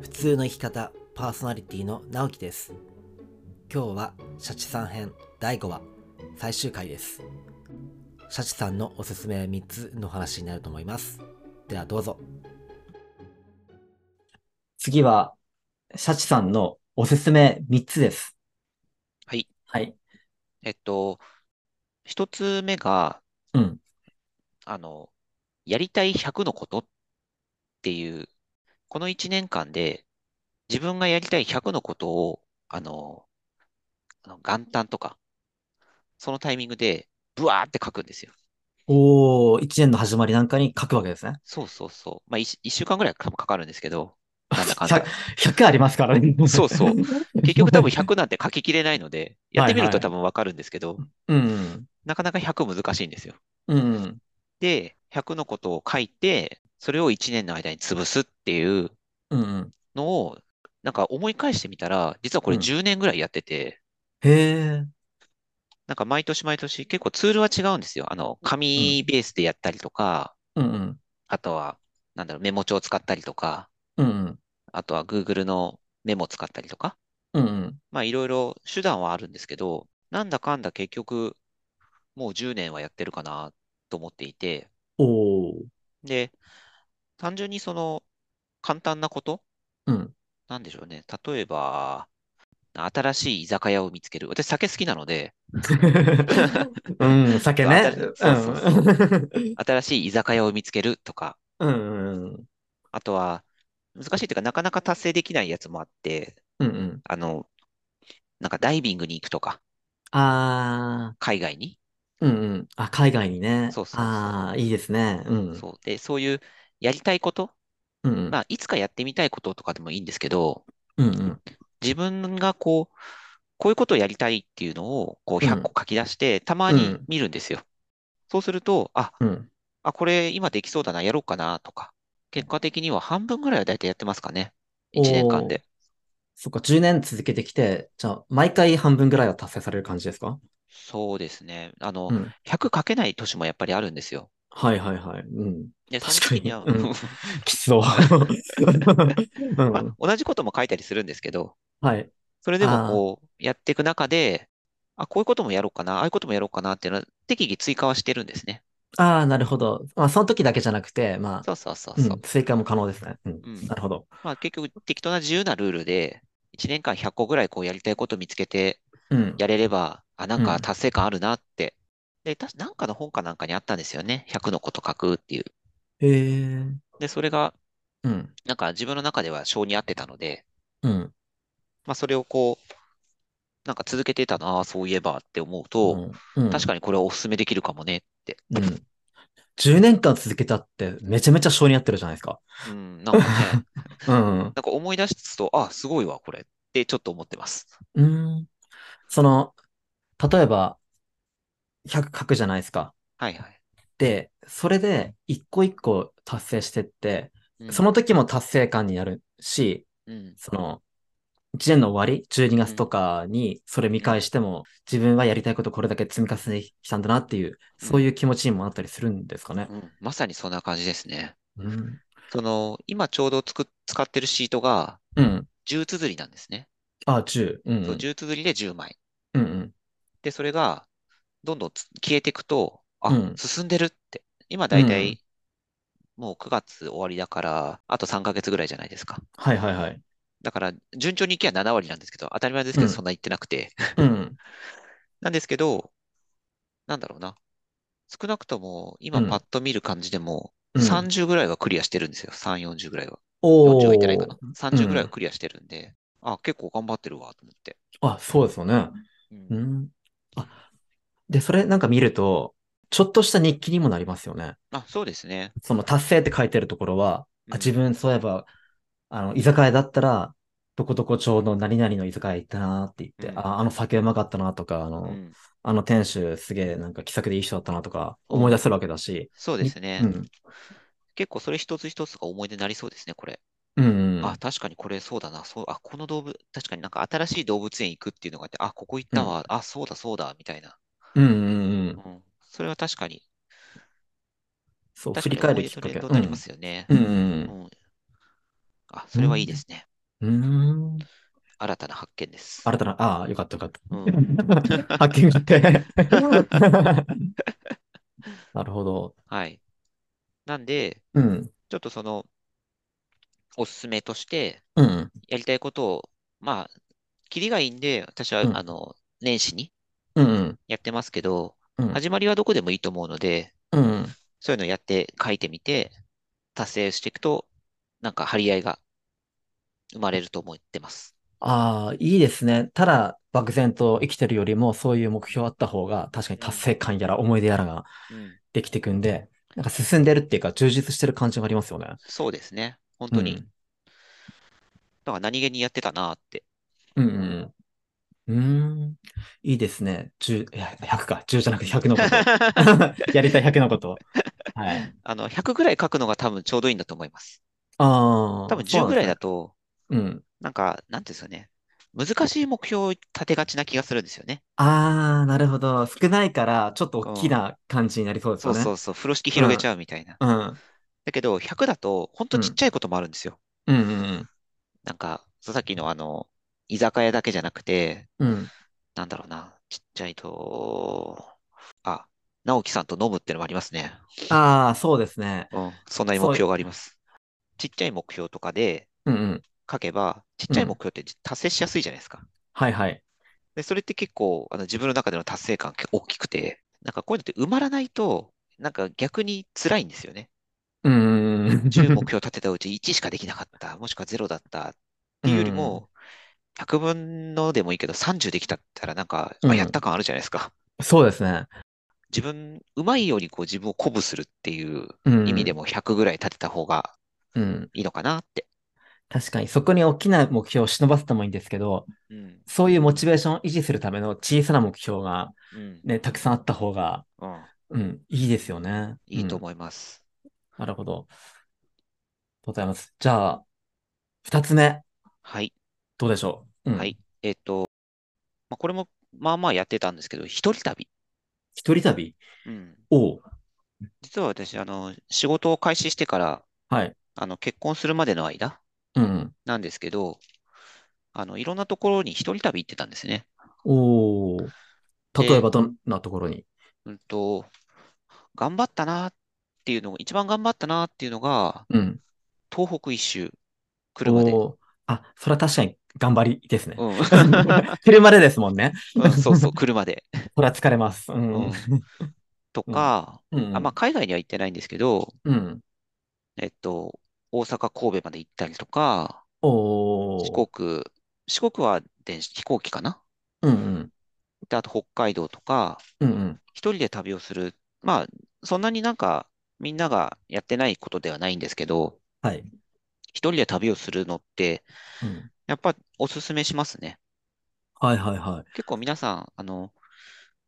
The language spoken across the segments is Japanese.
普通の生き方パーソナリティの直樹です今日はシャチさん編第5話最終回ですシャチさんのおすすめ3つの話になると思いますではどうぞ次はシャチさんのおすすめ3つですはいはいえっと、一つ目が、うんあの、やりたい100のことっていう、この1年間で自分がやりたい100のことを、あの、あの元旦とか、そのタイミングで、ブワーって書くんですよ。おお1年の始まりなんかに書くわけですねそうそうそう。まあ、1、一週間ぐらい多分かかるんですけど、なんだか んだ。 100, 100ありますからねそうそう結局多分100なんて書ききれないので、やってみるはいとは多分わかるんですけど、うんなかなか100難しいんですよ。うんで、100のことを書いて、それを1年の間に潰すっていううんうんのを、なんか思い返してみたら、実はこれうん10年ぐらいやってて、へえなんか毎年毎年結構ツールは違うんですよ。あの、紙ベースでやったりとか、うんうんあとは、なんだろう、メモ帳を使ったりとか、うんうんあとは Google のメモを使ったりとか、うんうんまあいろいろ手段はあるんですけど、なんだかんだ結局、もう10年はやってるかなと思っていて、 おーで、単純にその、簡単なことうんなんでしょうね。例えば、新しい居酒屋を見つける。私、酒好きなので、うん、酒ね。そうそうそううん新しい居酒屋を見つけるとか、うんうんあとは、難しいというか、なかなか達成できないやつもあって、うんうん。あの、なんかダイビングに行くとか、あ海外に。あ、うんうん。あ、海外にね。そうそうそうああ、いいですね。うん。そう。で、そういうやりたいこと、うんうん。まあ、いつかやってみたいこととかでもいいんですけど、うんうん。自分がこう、こういうことをやりたいっていうのを、こう、うん100個書き出して、たまうにん見るんですよ。そうすると、あ、うん。あ、これ今できそうだな、やろうかなとか、結果的には半分ぐらいは大体やってますかね。1年間で。そっか、10年続けてきて、じゃあ、毎回半分ぐらいは達成される感じですかそうですね。あの、うん。 100かけない年もやっぱりあるんですよ。はいはいはい。うん。で、その確か時にには、うんきつそう。 う まあん。同じことも書いたりするんですけど、はい。それであもーこう、やっていく中で、あ、こういうこともやろうかな、ああいうこともやろうかなっていうのは、適宜追加はしてるんですね。ああ、なるほど。まあ、その時だけじゃなくて、まあ、そうそうそううそう。ん、追加も可能ですね。う。うんんなるほど。まあ結局、適当な自由なルールで、1年間100個ぐらいこうやりたいこと見つけて、うん。やれれば、あ、なんうかん達成感あるなって。で、たしなんかの本かなんかにあったんですよね。100のこと書くっていう。へえ。で、それが、うん。なんか自分の中では性に合ってたので、うん。まあそれをこう、なんか続けてたな、そういえばって思うと、うん、うん確かにこれはお勧めできるかもねって。うん。10年間続けたって、めちゃめちゃ性に合ってるじゃないですか。うん、なんかね、 うん。なんか思い出すと、あ、すごいわ、これってちょっと思ってます。うん。その、例えば、100書くじゃないですか。はいはい。で、それで、一個一個達成してって、うんその時も達成感になるし、うん、その、1年の終わり、12月とかにそれ見返しても、自分はやりたいことこれだけ積み重ねてきたんだなっていう、そういう気持ちにもなったりするんですかね。うんまさにそんな感じですね。うん。その、今ちょうどつく使ってるシートが、うん。 10綴りなんですね。あ、10。うんそう、10綴りで10枚。うん。うんで、それが、どんどんつ消えていくと、あ、うん進んでるって。今だいたうい、もう9月終わりだから、あと3ヶ月ぐらいじゃないですか。はいはいはい。だから、順調にいけば7割なんですけど、当たり前ですけうど、んそんな言ってなくて。 うん。なんですけど、なんだろうな。少なくとも、今うんパッと見る感じでも、うん30ぐらいはクリアしてるんですよ。3、40ぐらいは。お40はいってないかなー。 30ぐらいはクリアしてるんで、あ、結構頑張ってるわ、と思って。あ、そうですよね。うんうん。あ、で、それなんか見ると、ちょっとした日記にもなりますよね。あ、そうですね。その達成って書いてるところは、うんあ、自分そういえば、あの、居酒屋だったら、どこどこ町の何々の居酒屋行ったなって言って、うんあ、あの酒うまかったなとか、あの、うんあの店主すげえなんか気さくでいい人だったなとか思い出せるわけだし、そうですねう。ん。結構それ一つ一つが思い出になりそうですね、これ。うん、うん。あ、確かにこれそうだな。そう、あ、この動物、確かになんか新しい動物園行くっていうのがあって、あ、ここ行ったわ。あ、そうだそうだ、みたいな。うんうんうんうん。は確かに、そう、確振りか返るに思いき出っかけ。の連動になりますよね。うん。ううんん。あ、それはいいですね。うんうん。うーん。新たな発見です。新たな、ああ、よかったよ かった。うん。発見があって。 なるほど。はい。なんで、うん。ちょっとその、おすすめとして、うん。やりたいことを、まあ、キリがいいんで、私は、うんあの、年始にうん。やってますけど、うん始まりはどこでもいいと思うので、うん。そういうのをやって書いてみて、達成していくと、なんか張り合いが生まれると思ってます。ああ、いいですね。ただ、漠然と生きてるよりも、そういう目標あった方が、確かに達成感やら思い出やらがうん、できてくんで、なんか進んでるっていうか、充実してる感じがありますよね。そうですね。本当に。うんだから何気にやってたなって。うんうんうん。うーん。いいですね。10、いや100か。10じゃなくて100のこと。やりたい100のこと。はい。 あの、100ぐらい書くのが多分ちょうどいいんだと思います。ああ、多分そう10ぐらいなだんでと、すね。うん。なんか、なんていうんですかね。難しい目標を立てがちな気がするんですよね。ああ、なるほど。少ないから、ちょっと大きな感じになりそうですそようね。そうそう。風呂敷広げちゃうみたいな。うん。うんだけど、100だと、ほんとちっちゃいこともあるんですよ。うんなんか、さっきのあの、居酒屋だけじゃなくて、うん。うん。なんだろうな、ちっちゃいと、あ、直樹さんと飲むってのもありますね。ああ、そうですね。うん、そんなにそう目標があります。ちっちゃい目標とかでうんうん。書けば、ちっちゃい目標って達成しやすいじゃないですか。はいはい。で、それって結構、あの、自分の中での達成感結構大きくて、なんかこういうのって埋まらないと、なんか逆に辛いんですよね。うんうんうん。 10目標立てたうち1しかできなかった、もしくは0だったっていうよりも、100分のでもいいけど30できたったらなんか、うあ、んやった感あるじゃないですか。そうですね。自分、うまいようにこう自分を鼓舞するっていううん意味でも100ぐらい立てた方がうん。いいのかなって。確かに、そこに大きな目標を忍ばすのもいいんですけど、うん。そういうモチベーションを維持するための小さな目標がうん。ね、たくさんあった方が、うん。うん、いいですよね。いいとうん思います。なるほど。ございます。じゃあ、二つ目、はい。どうでしょう。うんはい。えっと、まあ、これもまあまあやってたんですけど、一人旅。一人旅うん。を、実は私、あの、仕事を開始してから、はい。あの、結婚するまでの間うん。なんですけど、あの、いろんなところに一人旅行ってたんですね。おーで例えばどんなところにうんと、頑張ったなっていうのが、一番頑張ったなっていうのが、うん。東北一周、車で。おーあ、それは確かに頑張りですね。うん 車でですもんね。うん、そうそう、車で。 それは疲れます。ううんん。とか、うんあ、まあ、海外には行ってないんですけど、うん。えっと、大阪、神戸まで行ったりとか、おー四国、四国は電子飛行機かなうんうん。で、あと北海道とか、うんうん。一人で旅をする。まあ、そんなになんか、みんながやってないことではないんですけど、はい。一人で旅をするのって、うんやっぱおすすめしますね。はいはいはい。結構皆さん、あの、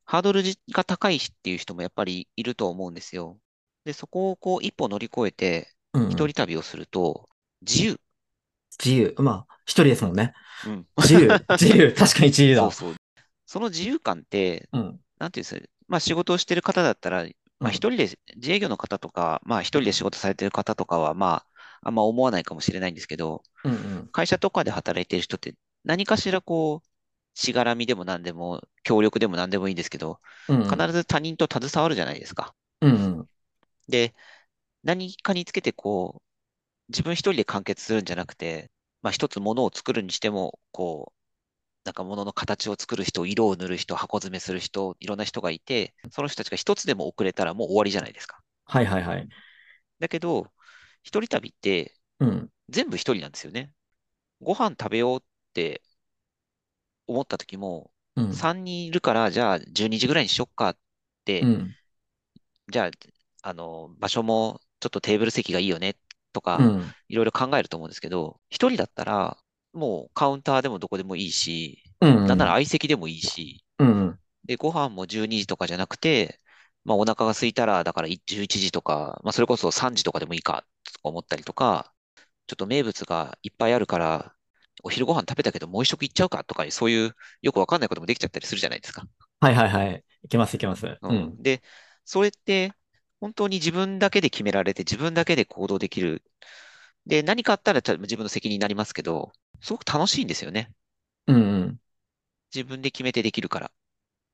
ハードルじが高いしっていう人もやっぱりいると思うんですよ。で、そこをこう一歩乗り越えて、うんうん一人旅をすると、自由。自由。まあ、一人ですもんね。うん。自 由。自由。確かに自由そうだ。そう。その自由感って、うん。なんていうんですか、まあ仕事をしてる方だったら、まうんあ一人で、自営業の方とか、まあ一人で仕事されてる方とかは、まあ、あんま思わないかもしれないんですけど、うんうん。会社とかで働いてる人って、何かしらこう、しがらみでも何でも、協力でも何でもいいんですけど、うんうん。必ず他人と携わるじゃないですか。うんうん。で、何かにつけてこう、自分一人で完結するんじゃなくて、まあ一つものを作るにしても、こう、なんか物の形を作る人、色を塗る人、箱詰めする人、いろんな人がいて、その人たちが一つでも遅れたらもう終わりじゃないですか。はいはいはい。だけど、一人旅ってうん。全部一人なんですよね。ご飯食べようって思った時も、うん。 3人いるから、じゃあ12時ぐらいにしよっかって、うん。じゃあ、あの、場所もちょっとテーブル席がいいよねとかう、ん。いろいろ考えると思うんですけど、一人だったら、もうカウンターでもどこでもいいし、うん。なんなら相席でもいいし、うんうん。で、ご飯も12時とかじゃなくて、まあお腹が空いたら、だから11時とか、まあそれこそ3時とかでもいいか、とか思ったりとか、ちょっと名物がいっぱいあるから、お昼ご飯食べたけどもう一食行っちゃうかとか、そういうよくわかんないこともできちゃったりするじゃないですか。はいはいはい。いけますいけます。うん。で、それって本当に自分だけで決められて自分だけで行動できる。で、何かあったらちゃ自分の責任になりますけど、すごく楽しいんですよね。うんうん。自分で決めてできるから。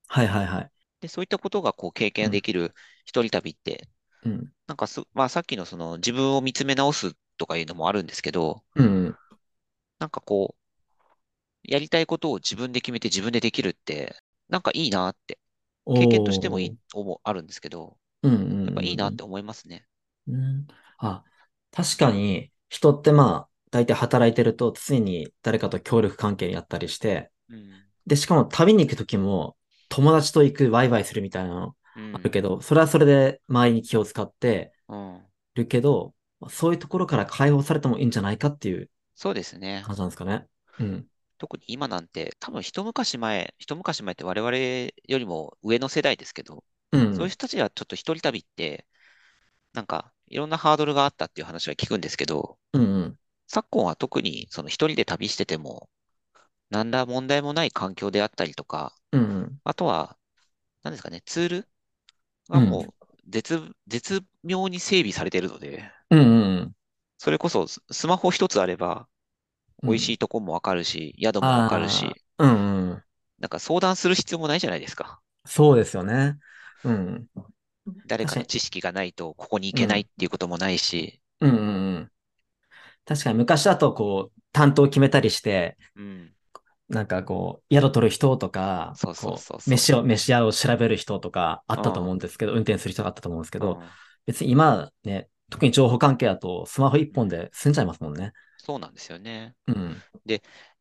はいはいはい。で、そういったことがこう経験できる一人旅って、うん。なんかす、まあさっきのその自分を見つめ直すとかいうのもあるんですけど、うんうん。なんかこう、やりたいことを自分で決めて自分でできるって、なんかいいなって、経験としてもいい、思う、あるんですけど、おー。うんうんうん。やっぱいいなって思いますね。うん。あ、確かに人ってまあ、大体働いてると常に誰かと協力関係にあったりして、うん。で、しかも旅に行くときも友達と行く、ワイワイするみたいなのうんあるけど、それはそれで周りに気を使ってうん。るけど、そういうところから解放されてもいいんじゃないかっていうそうですね。感じなんですかね。うん。特に今なんて、多分一昔前、一昔前って我々よりも上の世代ですけど、うん。そういう人たちはちょっと一人旅って、なんかいろんなハードルがあったっていう話は聞くんですけど、うんうん。昨今は特にその一人で旅してても、何ら問題もない環境であったりとか、うんうん。あとは、何ですかね、ツールがうんもう絶、絶妙に整備されているので、うんうんうん。それこそススマホ一つあれうば、ん美味しいとこもわかるし、宿もわかるしあ、ーうんうん。なんか相談する必要もないじゃないですか。そうですよね。うん。誰か確のかに知識がないと、ここに行けないっていうこともないし、うんうんうん。確かに昔だとこう、担当を決めたりして、うん、なんかこう、宿取る人とか、そうそうそうそうこ飯を、飯屋を調べる人とかあったと思うんですけど、運転する人があったと思うんですけど、うん別に今ね、特に情報関係だとスマホ一本で済んじゃいますもんね。そうなんですよね。うん。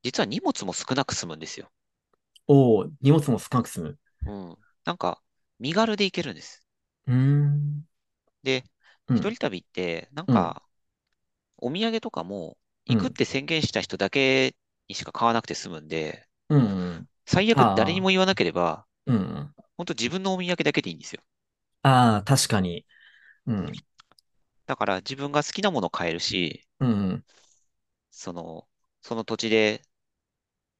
実は荷物も少なく済むんですよ。おお、荷物も少なく済む。うん、なんか、身軽で行けるんです。うーん。で、うん一人旅って、なんか、お土産とかも、行くって宣言した人だけにしか買わなくて済むんで、うんうん。最悪あー誰にも言わなければ、うんうん。本当自分のお土産だけでいいんですよ。ああ、確かに。うん。だから自分が好きなものを買えるし、うんうん。その、その土地で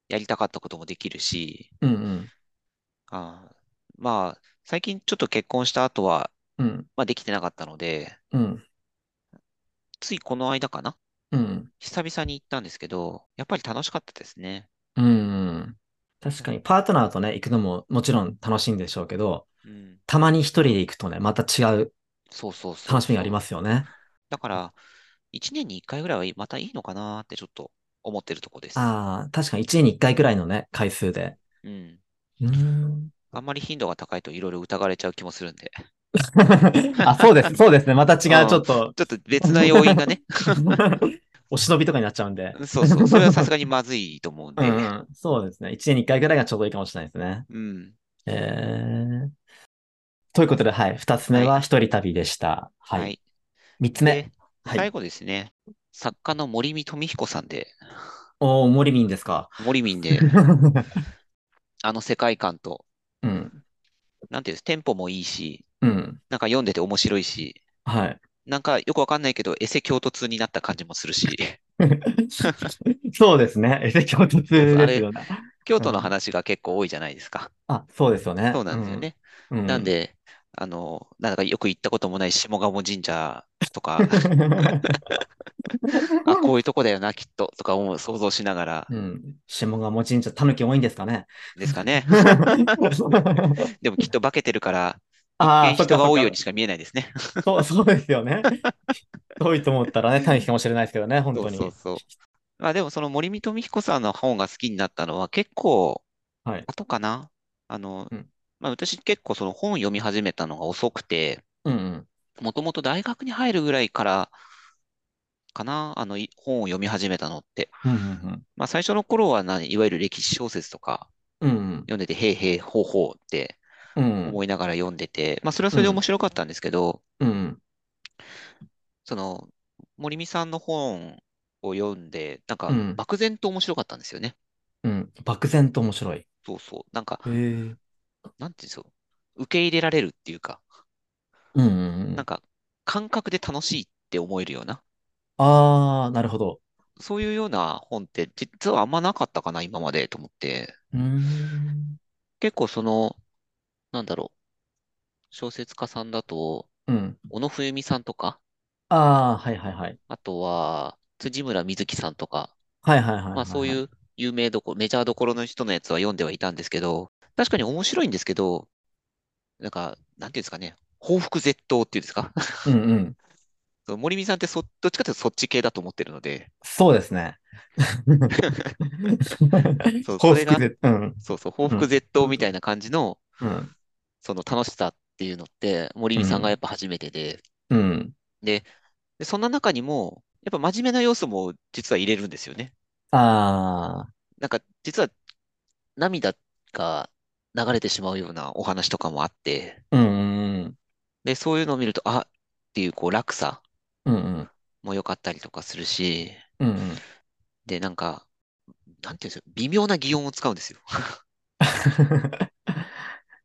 やりたかったこともできるし、うんうん。あーまあ、最近ちょっと結婚した後は、うん。まあ、できてなかったので、うん。ついこの間かなうん。久々に行ったんですけど、やっぱり楽しかったですね。うん。確かに、パートナーとね、行くのももちろん楽しいんでしょうけど、うん、たまに一人で行くとね、また違うそうそうそう楽しみがありそうますよね。だから、1年に1回ぐらいはいまたいいのかなってちょっと思ってるとこです。ああ、確かに1年に1回くらいのね、回数で。うん。うーん。あんまり頻度が高いといろいろ疑われちゃう気もするんで。 あ、そうです、そうですね。また違うんう、ちょっと、ちょっと別な要因 がね。お忍びとかになっちゃうんで。そうそう。それはさすがにまずいと思うんうで。んうん、そうですね。1年に1回くらいがちょうどいいかもしれないですね。うん。えー。ということで、はい。2つ目は一人旅でした。は。はいい。 3つ目。ではい最後ですね。作家の森見富彦さんで、おー、モリミンですか。森 見で、あの世界観と、うん。なんていうんです、テンポもいいし、うん。なんか読んでて面白いし、はい。なんかよくわかんないけど、エセ京都通になった感じもす るし、そうですね。エセ共通ですよね。京都の話が結構多いじゃないですか。あ、そうですよね。そうなんですよね。うん。うんなん、で、あの、なんかよく行ったこともない下鴨神社 とか、あ、こういうとこだよな、きっと、とか思う、想像しながらうん。下鴨神社、タヌキ多いんですか ね。です かね。でもきっと化けてるから、ああ、人そっかが多いようにそしか見えないですね。っかそう、そうですよね。遠いと思ったらね、タヌキかもしれないですけどね、本そ当うに。そうそう。まあでもその森見富彦さんの本が好きになったのは結構はい。後かな。あのうん、まあ私結構その本読み始めたのが遅くて、うんうん。もともと大学に入るぐらいからかな、あのい本を読み始めたのって。うんうんまあ最初の頃は何、いわゆる歴史小説とか、うん。うん読んでて、へいへい、ほうほうってうん。うん思いながら読んでて、まあ、それはそれで面白かったんですけど、うん。その、森美さんの本を読んで、なんかう、ん漠然と面白かったんですよね。うん。漠然と面白い。へそうそう。なんか、え。うんなんていうんですよ。受け入れられるっていうか、うんうん。なんあか、感覚で楽しいって思えるような、あー、なるほど。そういうような本って、実はあんまなかったかな、今までと思って。うーん。結構その、なんだろう。小説家さんだと、うん。小野冬美さんとか、ああ、はいはいはい。あとは、辻村瑞希さんとか、はいはいはいはいまあそはういい。う有名どこ、メジャーどころの人のやつは読んではいたんですけど、確かに面白いんですけど、なんか、なんていうんですかね、報復絶倒っていうんですか うんうん。そう森美さんってそ、どっちかというとそっち系だと思ってるので、そうです ね。そ幸うそ福れがで、うん。そうそう、報復絶倒みたいな感じの、うん。その楽しさっていうのって、森美さんがやっぱ初めてで、うん。で、そんな中にも、やっぱ真面目な要素も実は入れるんですよね。ああ、なんか、実は涙が流れてしまうようなお話とかもあって、うんうんで、そういうのを見ると、あっていう、こう、落差うん。うんうん。も良かったりとかするし、うんうん。で、なんか、なんていうんですか、微妙な擬音を使うんですよ。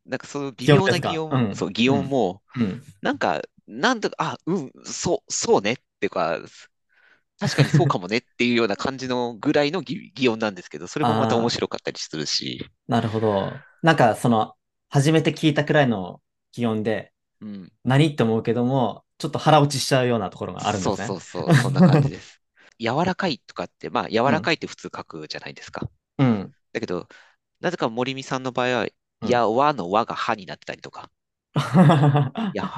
なんか、その微妙な擬擬音音ですかうも、んそう、擬音も、うん。 なんか、なんとか、あ、うん、そう、そうねっていうか、確かにそうかもねっていうような感じのぐらいの擬、擬音なんですけど、それもまた面白かったりするし、なるほど。なんか、その、初めて聞いたくらいの気温で、うん、何って思うけども、ちょっと腹落ちしちゃうようなところがあるんですそうね。そうそう、そんな感 じです。柔らかいとかって、まあ、柔らかいって普通書くじゃないですか。うん。だけど、なぜか森美さんの場合は、うんやわのわが歯になってたりとか、柔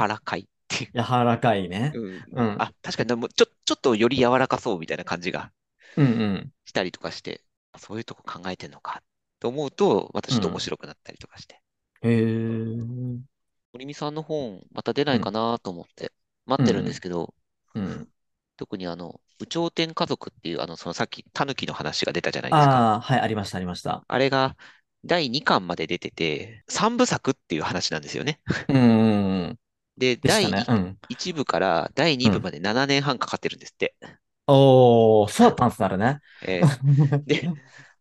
らかいっていう。 柔らかいね。うんうん。あ、確かにでもちょ、ちょっとより柔らかそうみたいな感じがうんうん。したりとかして、そういうとこ考えてんのかと思うと、またちょっと面白くなったりとかして。へえ。森美さんの本、また出ないかなと思って、待ってるんですけど、うん。特にあの、有頂天家族っていう、あの、そのさっき、タヌキの話が出たじゃないですか。ああ、はい、ありました、ありました。あれが、第2巻まで出てて、3部作っていう話なんですよね。うんうんうん。で、でし第たね。う一ん。 1部から第2う部んまで7年半かかってるんですって。おー、そうだったんすね、あれね。えー で、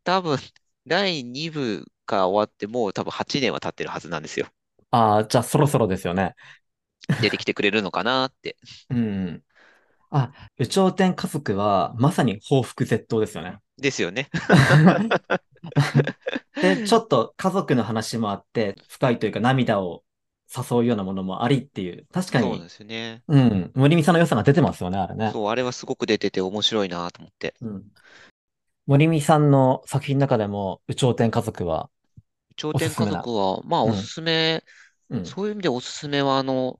多分、第2部が終わってもう多分8年は経ってるはずなんですよ。ああ、じゃあそろそろですよね。出てきてくれるのかなって。うん。あ、有頂天家族はまさに報復絶倒ですよね。ですよね。 で、ちょっと家族の話もあって、深いというか涙を誘うようなものもありっていう、確かそうなんにで、すよね。うん、森美さんの良さが出てますよね、あれね。そう、あれはすごく出てて面白いなと思って。うん。森美さんの作品の中でも、有頂天家族は、有頂天家族は、まあうんおすすめ、うん、そういう意味でおすすめはあの、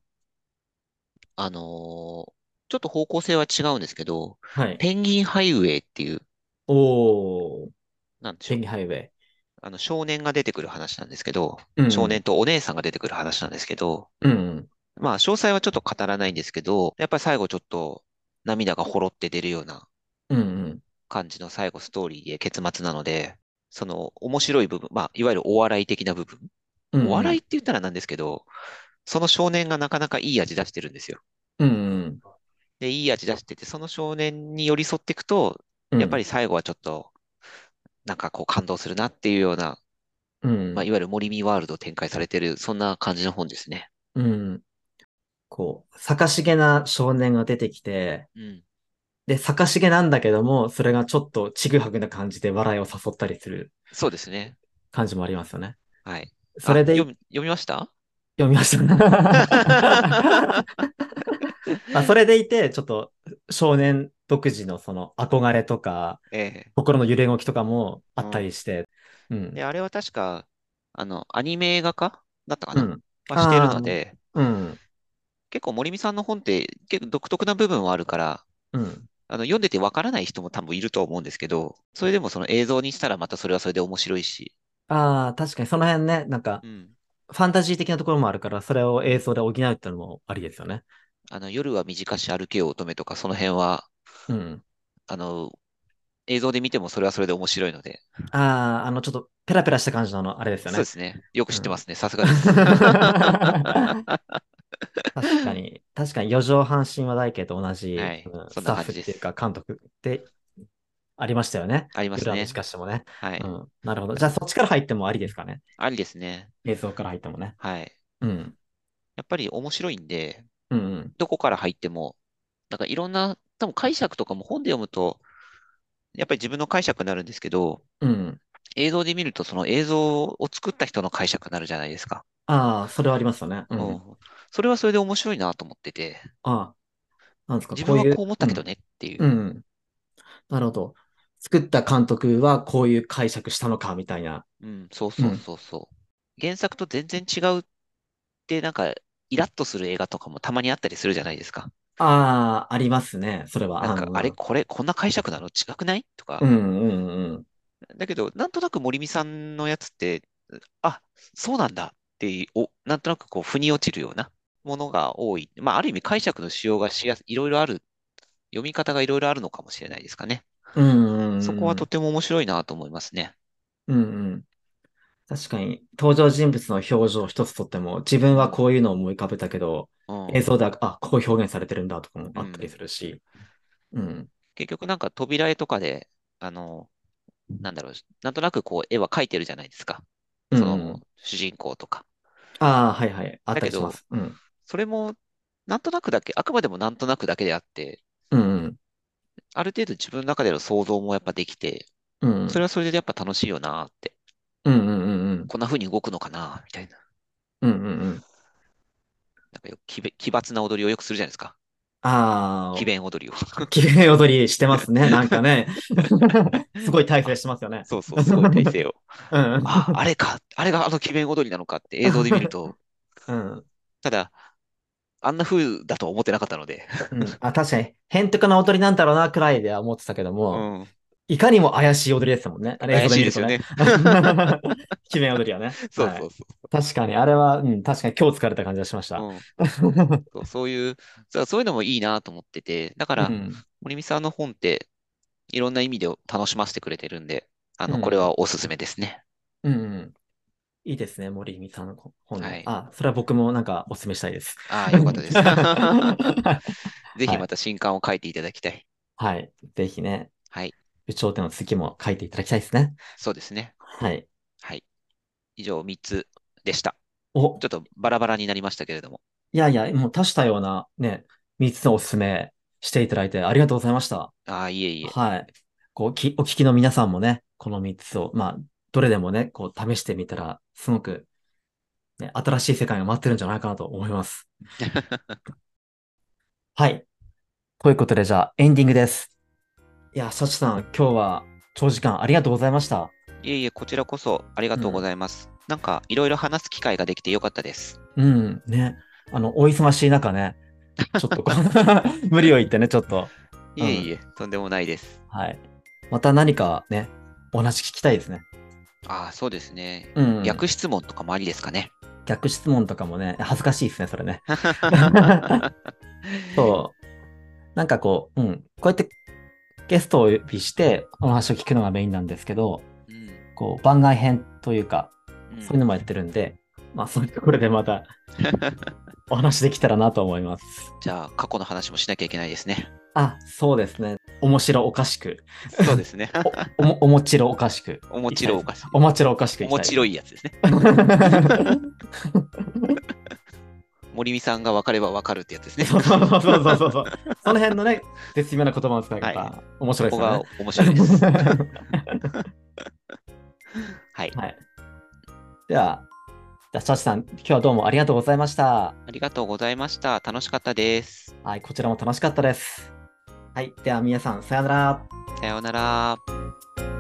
あのーちょっと方向性は違うんですけど、はい。ペンギンハイウェイっていう、おー、なんでしょペうンギンハイウェイ。あの少年が出てくる話なんですけど、うん少年とお姉さんが出てくる話なんですけど、うんうん。まあ詳細はちょっと語らないんですけど、やっぱり最後ちょっと涙がほろって出るようなうんうん。感じの最後ストーリーで結末なので、その面白い部分、まあいわゆるお笑い的な部分、うんうんお笑いって言ったらなんですけど、その少年がなかなかいい味出してるんですよ。うんうんで、いい味出してて、その少年に寄り添っていくと、うん。やっぱり最後はちょっと、なんかこう感動するなっていうような、うん、まあ、いわゆる森見ワールドを展開されてる、そんな感じの本ですね。うん。こう、逆しげな少年が出てきて、うん。で、逆しげなんだけども、それがちょっとちぐはぐな感じで笑いを誘ったりするそうですね。感じもありますよね。はい。それであ読読み、読みましたみま したね。 まあ、それでいて、ちょっと少年独自のその憧れとか、え心の揺れ動きとかもあったりして、うんえ。で、。あれは確か、あの、アニメ映画化だったかうな、ん。はしてるので、うん。結構森美さんの本って結構独特な部分はあるから、うん。あの、読んでてわからない人も多分いると思うんですけど、それでもその映像にしたらまたそれはそれで面白いし、ああ、確かにその辺ね、なんかう、ん。ファンタジー的なところもあるから、それを映像で補うってのもありですよね。あの、夜は短し歩けよ乙女とか、その辺は、うん。あの、映像で見てもそれはそれで面白いので、ああ、あの、ちょっとペラペラした感じのあの、あれですよね。そうですね。よく知ってますね。さすがです。 確かに、確かに、四畳半神話大慶と同じ、はいうんそスんなタッ感フじっですていうか、監督でありましたよね。あります夜はね。短しもね。はい。うん。なるほど。じゃあ、そっちから入ってもありですかね。ありですね。映像から入ってもね。はい。うん。やっぱり面白いんで、うんうん。どこから入っても、なんかいろんな、多分解釈とかも本で読むと、やっぱり自分の解釈になるんですけど、うん。映像で見るとその映像を作った人の解釈になるじゃないですか。ああ、それはありますよね。う。うんんそれはそれで面白いなと思ってて、ああ、なんですか、自こ分うはいう。こう思ったけどねねっていうう。ん。うんなるほど。作った監督はこういう解釈したのか、みたいな。うん、そうそうそうそう。原作と全然違うって、なんか、イラッとする映画とかもたまにあったりするじゃないですか。ああ、ありますね。それは。なんか、うあれ、これ、こんな解釈なの違くないとかう。んうんうん。だけど、なんとなく森美さんのやつって、あ、そうなんだっていう、お、なんとなくこう、腑に落ちるようなものが多い。まあ、ある意味解釈の仕様がしやすいろいろある、読み方がいろいろあるのかもしれないですかね。うんうんそこはとても面白いなと思いますね。うんうん。確かに、登場人物の表情一つとっても、自分はこういうのを思い浮かべたけど、うん映像では、あ、こう表現されてるんだとかもあったりするし。うん。結局なんか扉絵とかで、あの、なんだろう、なんとなくこう絵は描いてるじゃないですか。うそんうんの主人公とか。ああ、はいはい。あったりだけしどます。うん。それも、なんとなくだけ、あくまでもなんとなくだけであって、うんうん。ある程度自分の中での想像もやっぱできて、うんうん。それはそれでやっぱ楽しいよなって。うんうんうんこんな風に動くのかなみたいな。うん。うんうんうん。なんかよく奇べ奇抜な踊りをよくするじゃないですか。ああ奇、弁踊りを。綺麗踊りしてますね。なんかね。 すごい体勢してますよね。そうそう、すごい体勢を。うんうん。あ、あれか。あれがあの奇弁踊りなのかって映像で見ると、うん。ただ、あんな風だとは思ってなかったので。うんあ、確かに、変とかな踊りなんだろうな、くらいでは思ってたけどうも、ん。いかにも怪しい踊りですもんね。あれ、怪しいですよね。映像で見ると ね。決め踊りはね。そうはそいうそ確かに、あれは、うん、確かに今日疲れた感じがしました。う。うんそうそういう、そうそういうのもいいなと思ってて、だかうら、ん森美さんの本って、いろんな意味で楽しませてくれてるんで、あうの、んこれはおすすめですね。うんうんいいですね、森美さんの本。はいあ、それは僕もなんかお勧めしたいです。ああ、よかったで す。ぜはひいまた新刊を書いていただきたい。はい。ぜひね、はい、有頂天の次も書いていただきたいですね。そうですね。はい。はい。以上3つでした。おちょ、っとバラバラになりましたけれども。いやいや、もう多種多様なね、3つのおすすめしていただいてありがとうございました。ああ、いえいえ。はい。こう、きお聞きの皆さんもね、この3つを、まあ、どれでもね、こう、試してみたら、すごく、ね、新しい世界が待ってるんじゃないかなと思います。はい。ということで、じゃあ、エンディングです。いや、サチさん、今日は長時間ありがとうございました。いえいえ、こちらこそありがとうございます。なんか、いろいろ話す機会ができてよかったです。うん、ね。あの、お忙しい中ね、ちょっとこう、 無理を言ってね、ちょっと。いえいえ、とんでもないです。はい。また何かね、お話聞きたいですね。ああ、そうですね。うん。逆質問とかもありですかね。逆質問とかもね、恥ずかしいですね、それね。そうそう。なんかこう、うん。こうやってゲストをお呼びして、お話を聞くのがメインなんですけど、うん。こう、番外編というか、うんそういうのもやってるんで、まあ、そういうところでまたお話できたらなと思います。じゃあ、過去の話もしなきゃいけないですね。あ、そうですね。面白おかしく。そうです ね。おも、おもちろおかしく。おもちろおかしい。おもちろおかしくいきおたい。もちろいやつですね。森美さんが分かれば分かるってやつです ね。そうそうそう そうそうそう。その辺のね、絶妙な言葉の使い方、は面白いここですよがね。面白い です。はい。はい。では、じゃあ、チャチさん、今日はどうもありがとうございました。ありがとうございました。楽しかったです。はい、こちらも楽しかったです。はい、では皆さん、さようなら。さようなら。